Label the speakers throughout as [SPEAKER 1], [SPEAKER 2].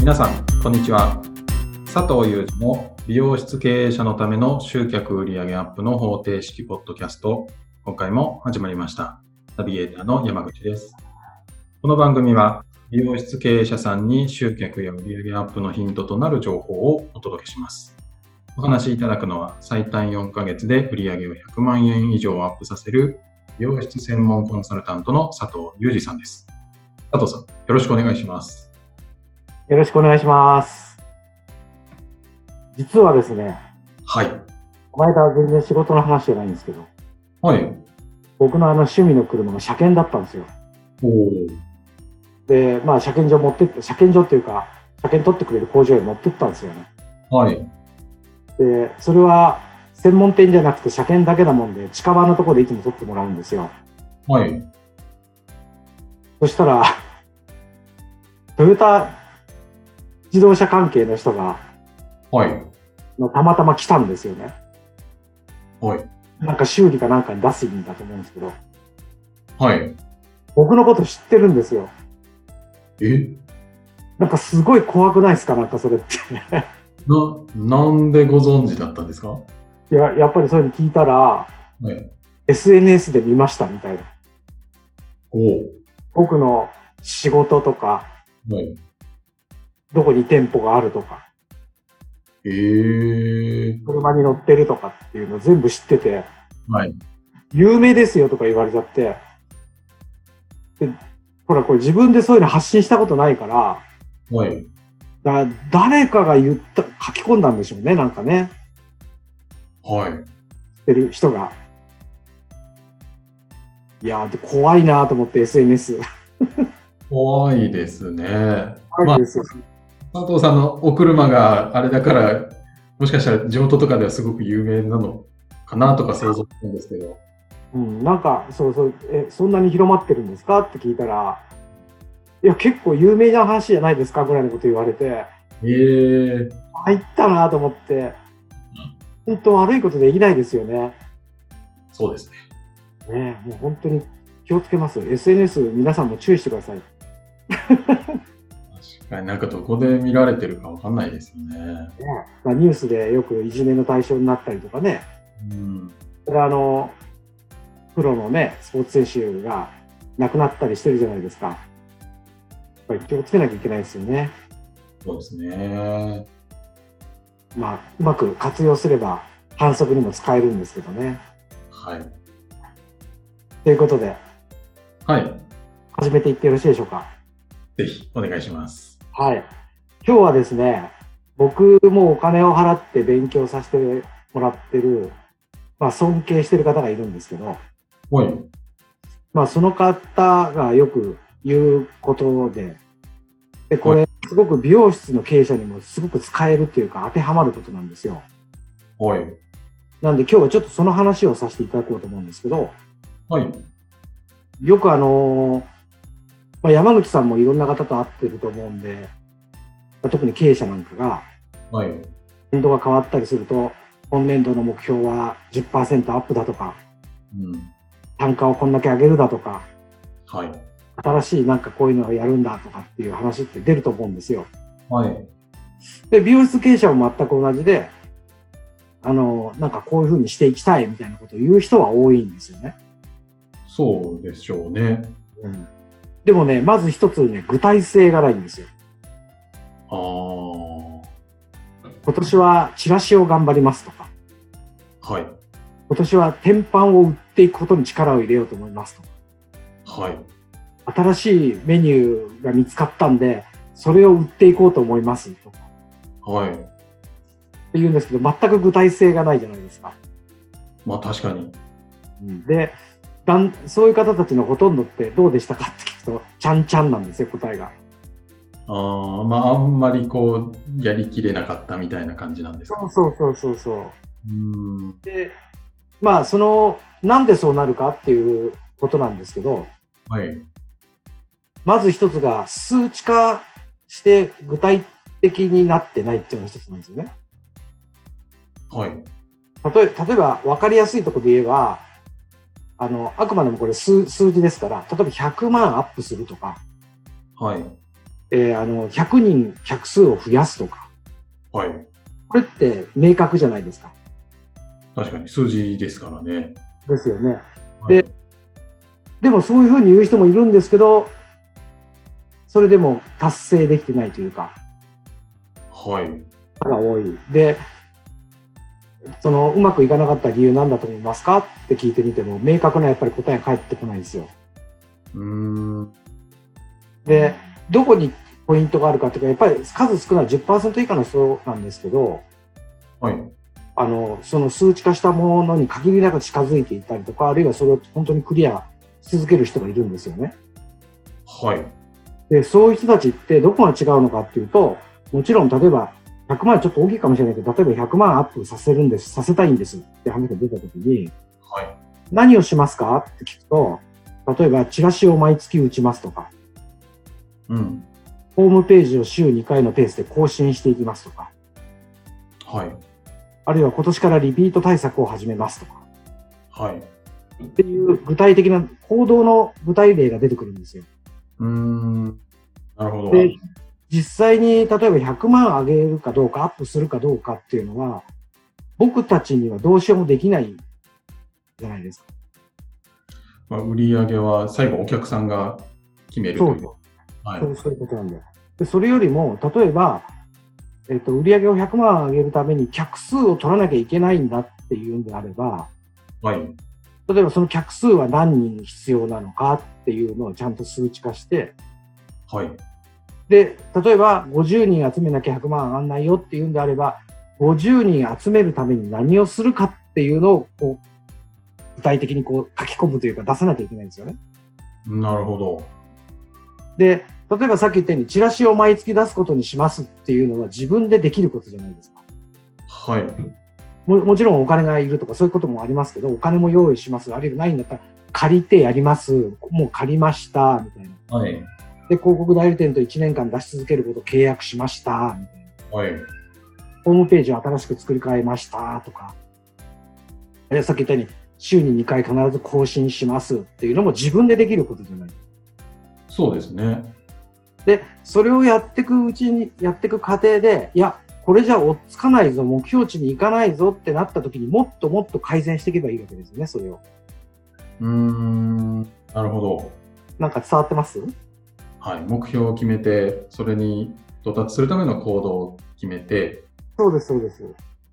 [SPEAKER 1] 皆さん、こんにちは。佐藤祐二の美容室経営者のための集客売上アップの方程式ポッドキャスト、今回も始まりました。ナビゲーターの山口です。この番組は、美容室経営者さんに集客や売上アップのヒントとなる情報をお届けします。お話しいただくのは、最短4ヶ月で売上を100万円以上アップさせる、美容室専門コンサルタントの佐藤裕二さんです。佐藤さん、よろしくお願いします。
[SPEAKER 2] よろしくお願いします。実はですね。
[SPEAKER 1] はい。
[SPEAKER 2] この間全然仕事の話じゃないんですけど。
[SPEAKER 1] はい。
[SPEAKER 2] 僕のあの趣味の車が車検だったんですよ。で、まあ車検場持ってって、車検場っていうか、車検取ってくれる工場へ持ってったんですよね。
[SPEAKER 1] はい。
[SPEAKER 2] で、それは専門店じゃなくて車検だけなもんで、近場のところでいつも取ってもらうんですよ。
[SPEAKER 1] はい。
[SPEAKER 2] そしたら、トヨタ自動車関係の人が、
[SPEAKER 1] はい。
[SPEAKER 2] のたまたま来たんですよね。
[SPEAKER 1] はい。
[SPEAKER 2] なんか修理かなんかに出す意味だと思うんですけど。
[SPEAKER 1] はい。
[SPEAKER 2] 僕のこと知ってるんですよ。
[SPEAKER 1] え
[SPEAKER 2] なんかすごい怖くないですかなんかそれって
[SPEAKER 1] な、なんでご存知だったんですか、
[SPEAKER 2] いや、やっぱりそういうの聞いたら、はい SNS で見ましたみたいな。
[SPEAKER 1] おお。
[SPEAKER 2] 僕の仕事とか、
[SPEAKER 1] はい。
[SPEAKER 2] どこに店舗があるとか。
[SPEAKER 1] えー、
[SPEAKER 2] 車に乗ってるとかっていうの全部知ってて。
[SPEAKER 1] はい。
[SPEAKER 2] 有名ですよとか言われちゃって。で、ほら、これ自分でそういうの発信したことないから。
[SPEAKER 1] はい。
[SPEAKER 2] だ誰かが言った、書き込んだんでしょうね、なんかね。
[SPEAKER 1] はい。知
[SPEAKER 2] ってる人が。いやー、怖いなと思って SNS。
[SPEAKER 1] 怖いですね。
[SPEAKER 2] 怖いですよ、まあ
[SPEAKER 1] 佐藤さんのお車があれだから、もしかしたら地元とかではすごく有名なのかなとか想像するんですけど。
[SPEAKER 2] うん、なんか、そうそう、え、そんなに広まってるんですかって聞いたら、いや、結構有名な話じゃないですかぐらいのこと言われて、
[SPEAKER 1] えー、
[SPEAKER 2] 入ったなと思って、本当悪いことできないですよね。
[SPEAKER 1] そうです
[SPEAKER 2] ね。ねもう本当に気をつけます。SNS 皆さんも注意してください。
[SPEAKER 1] なんかどこで見られてるかわかんないですよね。ね
[SPEAKER 2] まあ、ニュースでよくいじめの対象になったりとかね。
[SPEAKER 1] うん、
[SPEAKER 2] それあのプロのね、スポーツ選手が亡くなったりしてるじゃないですか。やっぱり気をつけなきゃいけないですよね。
[SPEAKER 1] そうですね。
[SPEAKER 2] まあ、うまく活用すれば反則にも使えるんですけどね。
[SPEAKER 1] はい。
[SPEAKER 2] ということで、
[SPEAKER 1] はい。
[SPEAKER 2] 始めていってよろしいでしょうか。
[SPEAKER 1] ぜひお願いします。
[SPEAKER 2] はい。今日はですね、僕もお金を払って勉強させてもらってる、まあ尊敬してる方がいるんですけど、
[SPEAKER 1] はい。
[SPEAKER 2] まあその方がよく言うことで、で、これ、すごく美容室の経営者にもすごく使えるというか当てはまることなんですよ。
[SPEAKER 1] はい。
[SPEAKER 2] なんで今日はちょっとその話をさせていただこうと思うんですけど、
[SPEAKER 1] はい。
[SPEAKER 2] よくあのーまあ、山口さんもいろんな方と会ってると思うんで、まあ、特に経営者なんかが、
[SPEAKER 1] はい、
[SPEAKER 2] 年度が変わったりすると、今年度の目標は10%アップだとか、
[SPEAKER 1] うん、
[SPEAKER 2] 単価をこんだけ上げるだとか、
[SPEAKER 1] はい、
[SPEAKER 2] 新しいなんかこういうのをやるんだとかっていう話って出ると思うんですよ。
[SPEAKER 1] はい、
[SPEAKER 2] で美容室経営者も全く同じで、あのなんかこういうふうにしていきたいみたいなことを言う人は多いんですよね。
[SPEAKER 1] そうでしょうね。
[SPEAKER 2] うんでもね、まず一つね、具体性がないんですよ。
[SPEAKER 1] あ
[SPEAKER 2] 今年はチラシを頑張りますとか。
[SPEAKER 1] はい。
[SPEAKER 2] 今年は天板を売っていくことに力を入れようと思います
[SPEAKER 1] とか。はい。
[SPEAKER 2] 新しいメニューが見つかったんで、それを売っていこうと思いますとか。
[SPEAKER 1] はい。って
[SPEAKER 2] 言うんですけど、全く具体性がないじゃないですか。
[SPEAKER 1] まあ確かに。
[SPEAKER 2] で、だんそういう方たちのほとんどってどうでしたかって聞くとちゃんちゃんなんですよ答えが
[SPEAKER 1] あまああんまりこうやりきれなかったみたいな感じなんですか、
[SPEAKER 2] ね、そうそうそうそう
[SPEAKER 1] うん
[SPEAKER 2] でまあそのなんでそうなるかっていうことなんですけど、
[SPEAKER 1] はい、
[SPEAKER 2] まず一つが数値化して具体的になってないっていうのが一つなんですよね
[SPEAKER 1] はい
[SPEAKER 2] 例え例えば分かりやすいところで言えばあの、あくまでもこれ数数字ですから、例えば100万アップするとか、
[SPEAKER 1] はい。
[SPEAKER 2] えーあの、100人客数を増やすとか、
[SPEAKER 1] はい。
[SPEAKER 2] これって明確じゃないですか。
[SPEAKER 1] 確かに数字ですからね。
[SPEAKER 2] ですよね。
[SPEAKER 1] はい
[SPEAKER 2] ででもそういうふうに言う人もいるんですけど、それでも達成できてないというか、
[SPEAKER 1] はい。
[SPEAKER 2] が多い。で、そのうまくいかなかった理由なんだと思いますかって聞いてみても、明確なやっぱり答えが返ってこないんですよ。
[SPEAKER 1] うーん。
[SPEAKER 2] で、どこにポイントがあるかというか、やっぱり数少ない10%以下の人なんですけど、
[SPEAKER 1] はい。
[SPEAKER 2] あの、その数値化したものに限りなく近づいていったりとか、あるいはそれを本当にクリアし続ける人がいるんですよね。
[SPEAKER 1] はい。
[SPEAKER 2] で、そういう人たちってどこが違うのかっていうと、もちろん例えば、100万ちょっと大きいかもしれないけど、例えば100万アップさせるんです、させたいんですって話が出た時に、
[SPEAKER 1] はい。
[SPEAKER 2] 何をしますかって聞くと、例えばチラシを毎月打ちますとか、
[SPEAKER 1] うん。
[SPEAKER 2] ホームページを週2回のペースで更新していきますとか、
[SPEAKER 1] はい。
[SPEAKER 2] あるいは今年からリピート対策を始めますとか、
[SPEAKER 1] はい。
[SPEAKER 2] っていう具体的な行動の具体例が出てくるんですよ。
[SPEAKER 1] うーん。なるほど。
[SPEAKER 2] で実際に例えば100万上げるかどうか、アップするかどうかっていうのは、僕たちにはどうしようもできないじゃないですか。
[SPEAKER 1] まあ、売り上げは最後お客さんが決めると
[SPEAKER 2] そ
[SPEAKER 1] いうう。はい。
[SPEAKER 2] そうそういうことなんだよ。でそれよりも、例えば、えっと、売り上げを100万上げるために客数を取らなきゃいけないんだっていうんであれば、
[SPEAKER 1] はい。
[SPEAKER 2] 例えばその客数は何人必要なのかっていうのをちゃんと数値化して、
[SPEAKER 1] はい。
[SPEAKER 2] で、例えば50人集めなきゃ100万上がんないよっていうんであれば、50人集めるために何をするかっていうのを、こう、具体的にこう書き込むというか出さなきゃいけないんですよね。
[SPEAKER 1] なるほど。
[SPEAKER 2] で、例えばさっき言ったように、チラシを毎月出すことにしますっていうのは自分でできることじゃないですか。
[SPEAKER 1] はい。
[SPEAKER 2] ももちろんお金がいるとかそういうこともありますけど、お金も用意します。あるいはないんだったら、借りてやります。もう借りました。みたいな。
[SPEAKER 1] はい。
[SPEAKER 2] で、広告代理店と1年間出し続けることを契約しました。みたいな。
[SPEAKER 1] はい。
[SPEAKER 2] ホームページを新しく作り変えました。とか。あるいはさっき言ったように、週に2回必ず更新しますっていうのも自分でできることじゃない。
[SPEAKER 1] そうですね。
[SPEAKER 2] で、それをやっていくうちに、やっていく過程で、いや、これじゃ追っつかないぞ、目標値に行かないぞってなった時にもっともっと改善していけばいいわけですよね、それを。
[SPEAKER 1] うーん。なるほど。
[SPEAKER 2] なんか伝わってます
[SPEAKER 1] はい。目標を決めて、それに到達するための行動を決めて、
[SPEAKER 2] そうです、そうです。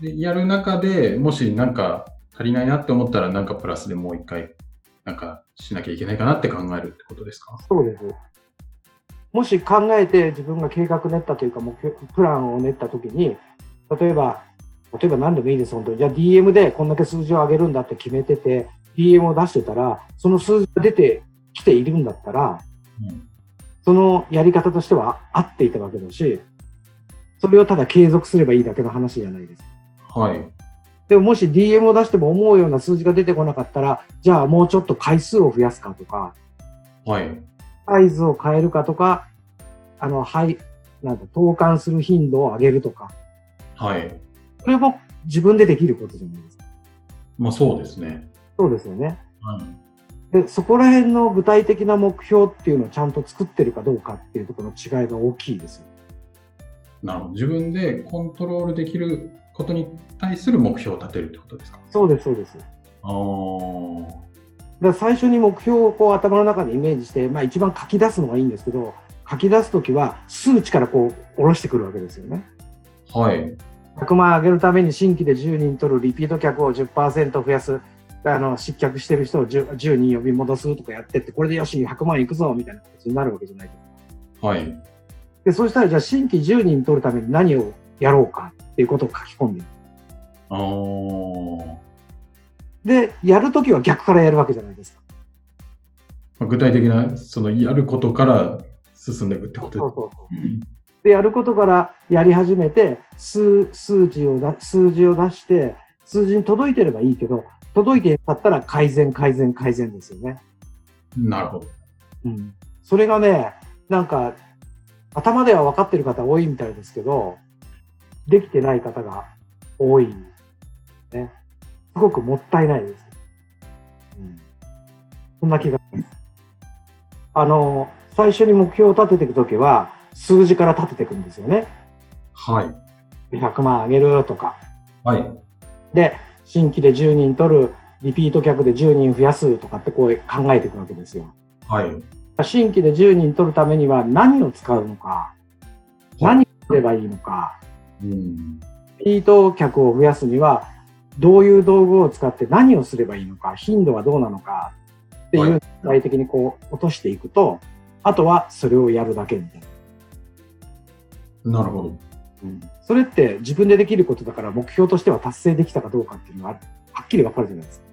[SPEAKER 1] でやる中でもしなんか足りないなって思ったら、なんかプラスでもう一回、なんかしなきゃいけないかなって考えるってことですか
[SPEAKER 2] そうです。もし考えて自分が計画練ったというか、目標、プランを練った時に、例えば、例えば何でもいいです、本当に。じゃあ DM でこんだけ数字を上げるんだって決めてて、DM を出してたら、その数字が出てきているんだったら、
[SPEAKER 1] うん。
[SPEAKER 2] そのやり方としては合っていたわけだし、それをただ継続すればいいだけの話じゃないです。
[SPEAKER 1] はい。
[SPEAKER 2] でももし DM を出しても思うような数字が出てこなかったら、じゃあもうちょっと回数を増やすかとか、
[SPEAKER 1] はい。
[SPEAKER 2] サイズを変えるかとか、あの、はい、なんか投函する頻度を上げるとか、
[SPEAKER 1] はい。
[SPEAKER 2] それも自分でできることじゃないですか。
[SPEAKER 1] まあそうですね。
[SPEAKER 2] そうですよね。
[SPEAKER 1] はい。
[SPEAKER 2] で、そこら辺の具体的な目標っていうのをちゃんと作ってるかどうかっていうところの違いが大きいですよ。
[SPEAKER 1] なるほど。自分でコントロールできることに対する目標を立てるってことですか
[SPEAKER 2] そうです、そうです。
[SPEAKER 1] ああ。
[SPEAKER 2] だから最初に目標をこう頭の中でイメージして、まあ、一番書き出すのがいいんですけど書き出す時は数値からこう下ろしてくるわけですよね。
[SPEAKER 1] はい。
[SPEAKER 2] 100万上げるために新規で10人取るリピート客を10%増やすあの失脚してる人を 10, 10人呼び戻すとかやってってこれでよし100万いくぞみたいな形になるわけじゃないですか。
[SPEAKER 1] はい。
[SPEAKER 2] でそうしたらじゃあ新規10人取るために何をやろうかっていうことを書き込んでいく
[SPEAKER 1] あー
[SPEAKER 2] でやるときは逆からやるわけじゃないですか。
[SPEAKER 1] まあ具体的な、そのやることから進んでいくってこと
[SPEAKER 2] そう
[SPEAKER 1] で
[SPEAKER 2] そうそう
[SPEAKER 1] すね。
[SPEAKER 2] で、やることからやり始めて、数、数値をだ、数字を出して、数字に届いてればいいけど、届いてなかったら改善、改善、改善ですよね。
[SPEAKER 1] なるほど。
[SPEAKER 2] うん。それがね、なんか、頭では分かってる方多いみたいですけど、できてない方が多い。ね。すごくもったいないです。うん。そんな気がします。あの、最初に目標を立てていくときは、数字から立てていくんですよね。
[SPEAKER 1] はい。
[SPEAKER 2] 100万上げるとか。
[SPEAKER 1] はい。
[SPEAKER 2] で、新規で10人取る、リピート客で10人増やすとかってこう考えていくわけですよ。
[SPEAKER 1] はい。
[SPEAKER 2] 新規で10人取るためには何を使うのか、何をすればいいのか、
[SPEAKER 1] うん。
[SPEAKER 2] リピート客を増やすには、どういう道具を使って何をすればいいのか、頻度はどうなのかっていう
[SPEAKER 1] は
[SPEAKER 2] 具体的にこう落としていくと、あとはそれをやるだけみたいな。
[SPEAKER 1] なるほど。
[SPEAKER 2] それって自分でできることだから目標としては達成できたかどうかっていうのははっきりわかるじゃないですか。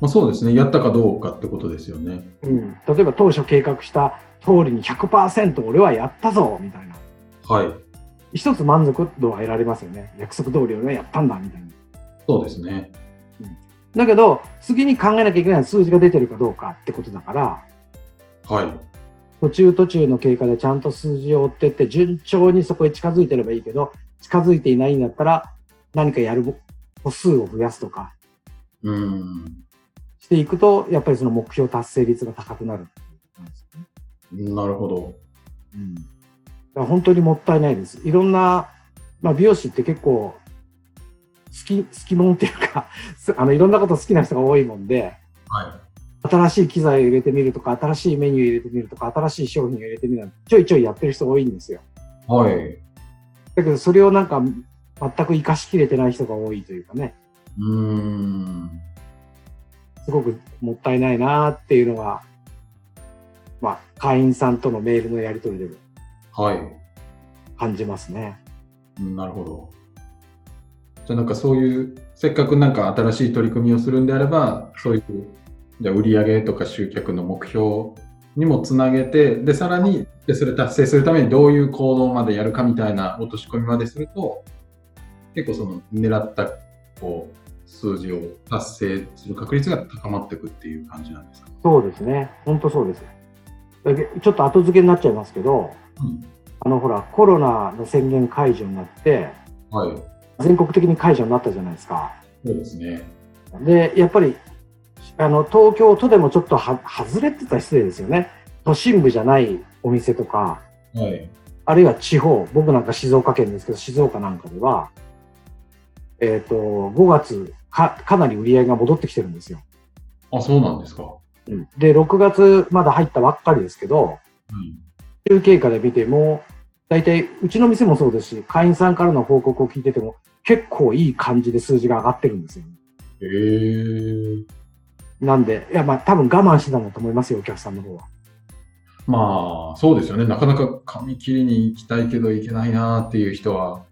[SPEAKER 1] まあ、そうですね。やったかどうかってことですよね。
[SPEAKER 2] うん、例えば当初計画した通りに100%俺はやったぞみたいな。
[SPEAKER 1] はい。
[SPEAKER 2] 一つ満足度は得られますよね。約束通り俺はやったんだみたいな。
[SPEAKER 1] そうですね。
[SPEAKER 2] だけど次に考えなきゃいけない数字が出てるかどうかってことだから
[SPEAKER 1] はい。
[SPEAKER 2] 途中途中の経過でちゃんと数字を追ってって順調にそこへ近づいてればいいけど近づいていないんだったら何かやる歩数を増やすとか
[SPEAKER 1] うん。
[SPEAKER 2] していくとやっぱりその目標達成率が高くなるっていうことなんですよね。
[SPEAKER 1] なるほど。
[SPEAKER 2] うんだから本当にもったいないです。いろんな、まあ、美容師って結構好き、好きもんっていうか、 すあの、いろんなこと好きな人が多いもんで、
[SPEAKER 1] は
[SPEAKER 2] 新しい機材を入れてみるとか、新しいメニューを入れてみるとか、新しい商品を入れてみるなんてちょいちょいやってる人多いんですよ。
[SPEAKER 1] い。はい。
[SPEAKER 2] だけど、それをなんか、全く活かしきれてない人が多いというかね、
[SPEAKER 1] うん。
[SPEAKER 2] すごくもったいないなっていうのが、まあ、会員さんとのメールのやり取りでも
[SPEAKER 1] はい。
[SPEAKER 2] 感じますね。
[SPEAKER 1] うんなるほど。じゃあなんかそういう、せっかくなんか新しい取り組みをするんであれば、そういう、じゃあ売り上げとか集客の目標にもつなげて、で、さらに、で、それ達成するためにどういう行動までやるかみたいな落とし込みまですると、結構その狙った、こう、数字を達成する確率が高まっていくっていう感じなんですか。
[SPEAKER 2] そうですね。本当そうです。だけちょっと後付けになっちゃいますけど、
[SPEAKER 1] うん。
[SPEAKER 2] あのほら、コロナの宣言解除になって、
[SPEAKER 1] はい。
[SPEAKER 2] 全国的に解除になったじゃないですか。
[SPEAKER 1] そうですね。
[SPEAKER 2] で、やっぱり、あの、東京都でもちょっとは、外れって言ったら失礼ですよね。都心部じゃないお店とか、
[SPEAKER 1] はい。
[SPEAKER 2] あるいは地方、僕なんか静岡県ですけど、静岡なんかでは、えっ、と、5月か、かなり売り上げが戻ってきてるんですよ。
[SPEAKER 1] あ、そうなんですか。は
[SPEAKER 2] で、6月まだ入ったばっかりですけど、
[SPEAKER 1] い。
[SPEAKER 2] 中経過で見ても、大体、うちの店もそうですし、会員さんからの報告を聞いてても、結構いい感じで数字が上がってるんですよ。
[SPEAKER 1] えー。
[SPEAKER 2] なんで、いや、まあ、多分我慢してたんだと思いますよ、お客さんの方は。
[SPEAKER 1] まあ、そうですよね。なかなか髪切りに行きたいけど行けないなっていう人は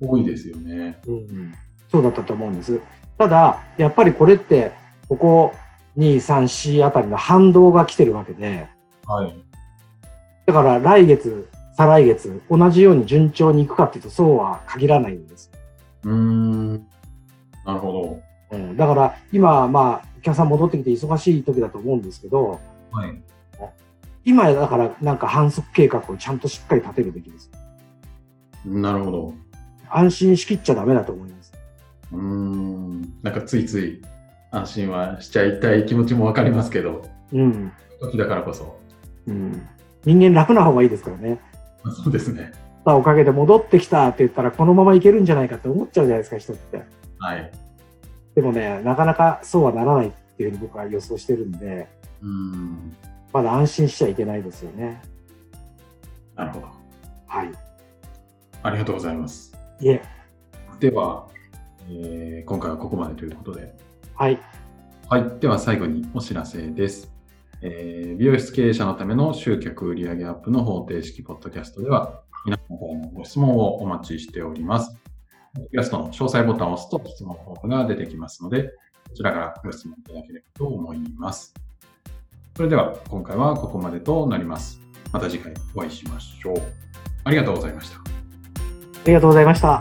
[SPEAKER 1] 多いですよね。
[SPEAKER 2] うん。そうだったと思うんです。ただ、やっぱりこれって、ここ、2、3、4あたりの反動が来てるわけで、
[SPEAKER 1] はい。
[SPEAKER 2] だから来月、再来月、同じように順調にいくかっていうと、そうは限らないんです。
[SPEAKER 1] うーん。なるほ
[SPEAKER 2] うん。だから、今、まあ、お客さん戻ってきて忙しい時だと思うんですけど、
[SPEAKER 1] ど。はい。
[SPEAKER 2] 今やだからなんか反則計画をちゃんとしっかり立てるべきです。
[SPEAKER 1] なるほど。
[SPEAKER 2] 安心しきっちゃダメだと思います。
[SPEAKER 1] うーん。なんかついつい安心はしちゃいたい気持ちもわかりますけど、
[SPEAKER 2] うん。
[SPEAKER 1] 時だからこそ。
[SPEAKER 2] うん。人間楽な方がいいですからね。
[SPEAKER 1] まあそうですね。
[SPEAKER 2] さあおかげで戻ってきたって言ったらこのままいけるんじゃないかって思っちゃうじゃないですか、人って。
[SPEAKER 1] はい。
[SPEAKER 2] でもね、なかなかそうはならないっていうふうに僕は予想してるんで、
[SPEAKER 1] うーん。
[SPEAKER 2] まだ安心しちゃいけないですよね。
[SPEAKER 1] なるほど。
[SPEAKER 2] はい。
[SPEAKER 1] ありがとうございます。
[SPEAKER 2] いえ、
[SPEAKER 1] では、えー今回はここまでということで。
[SPEAKER 2] はい。
[SPEAKER 1] はい。では最後にお知らせです。えー美容室経営者のための集客売上アップの方程式ポッドキャストでは、皆さんからのご質問をお待ちしております。ポッドキャストの詳細ボタンを押すと質問フォームが出てきますので、こちらからご質問いただければと思います。それでは今回はここまでとなります。また次回お会いしましょう。ありがとうございました。
[SPEAKER 2] ありがとうございました。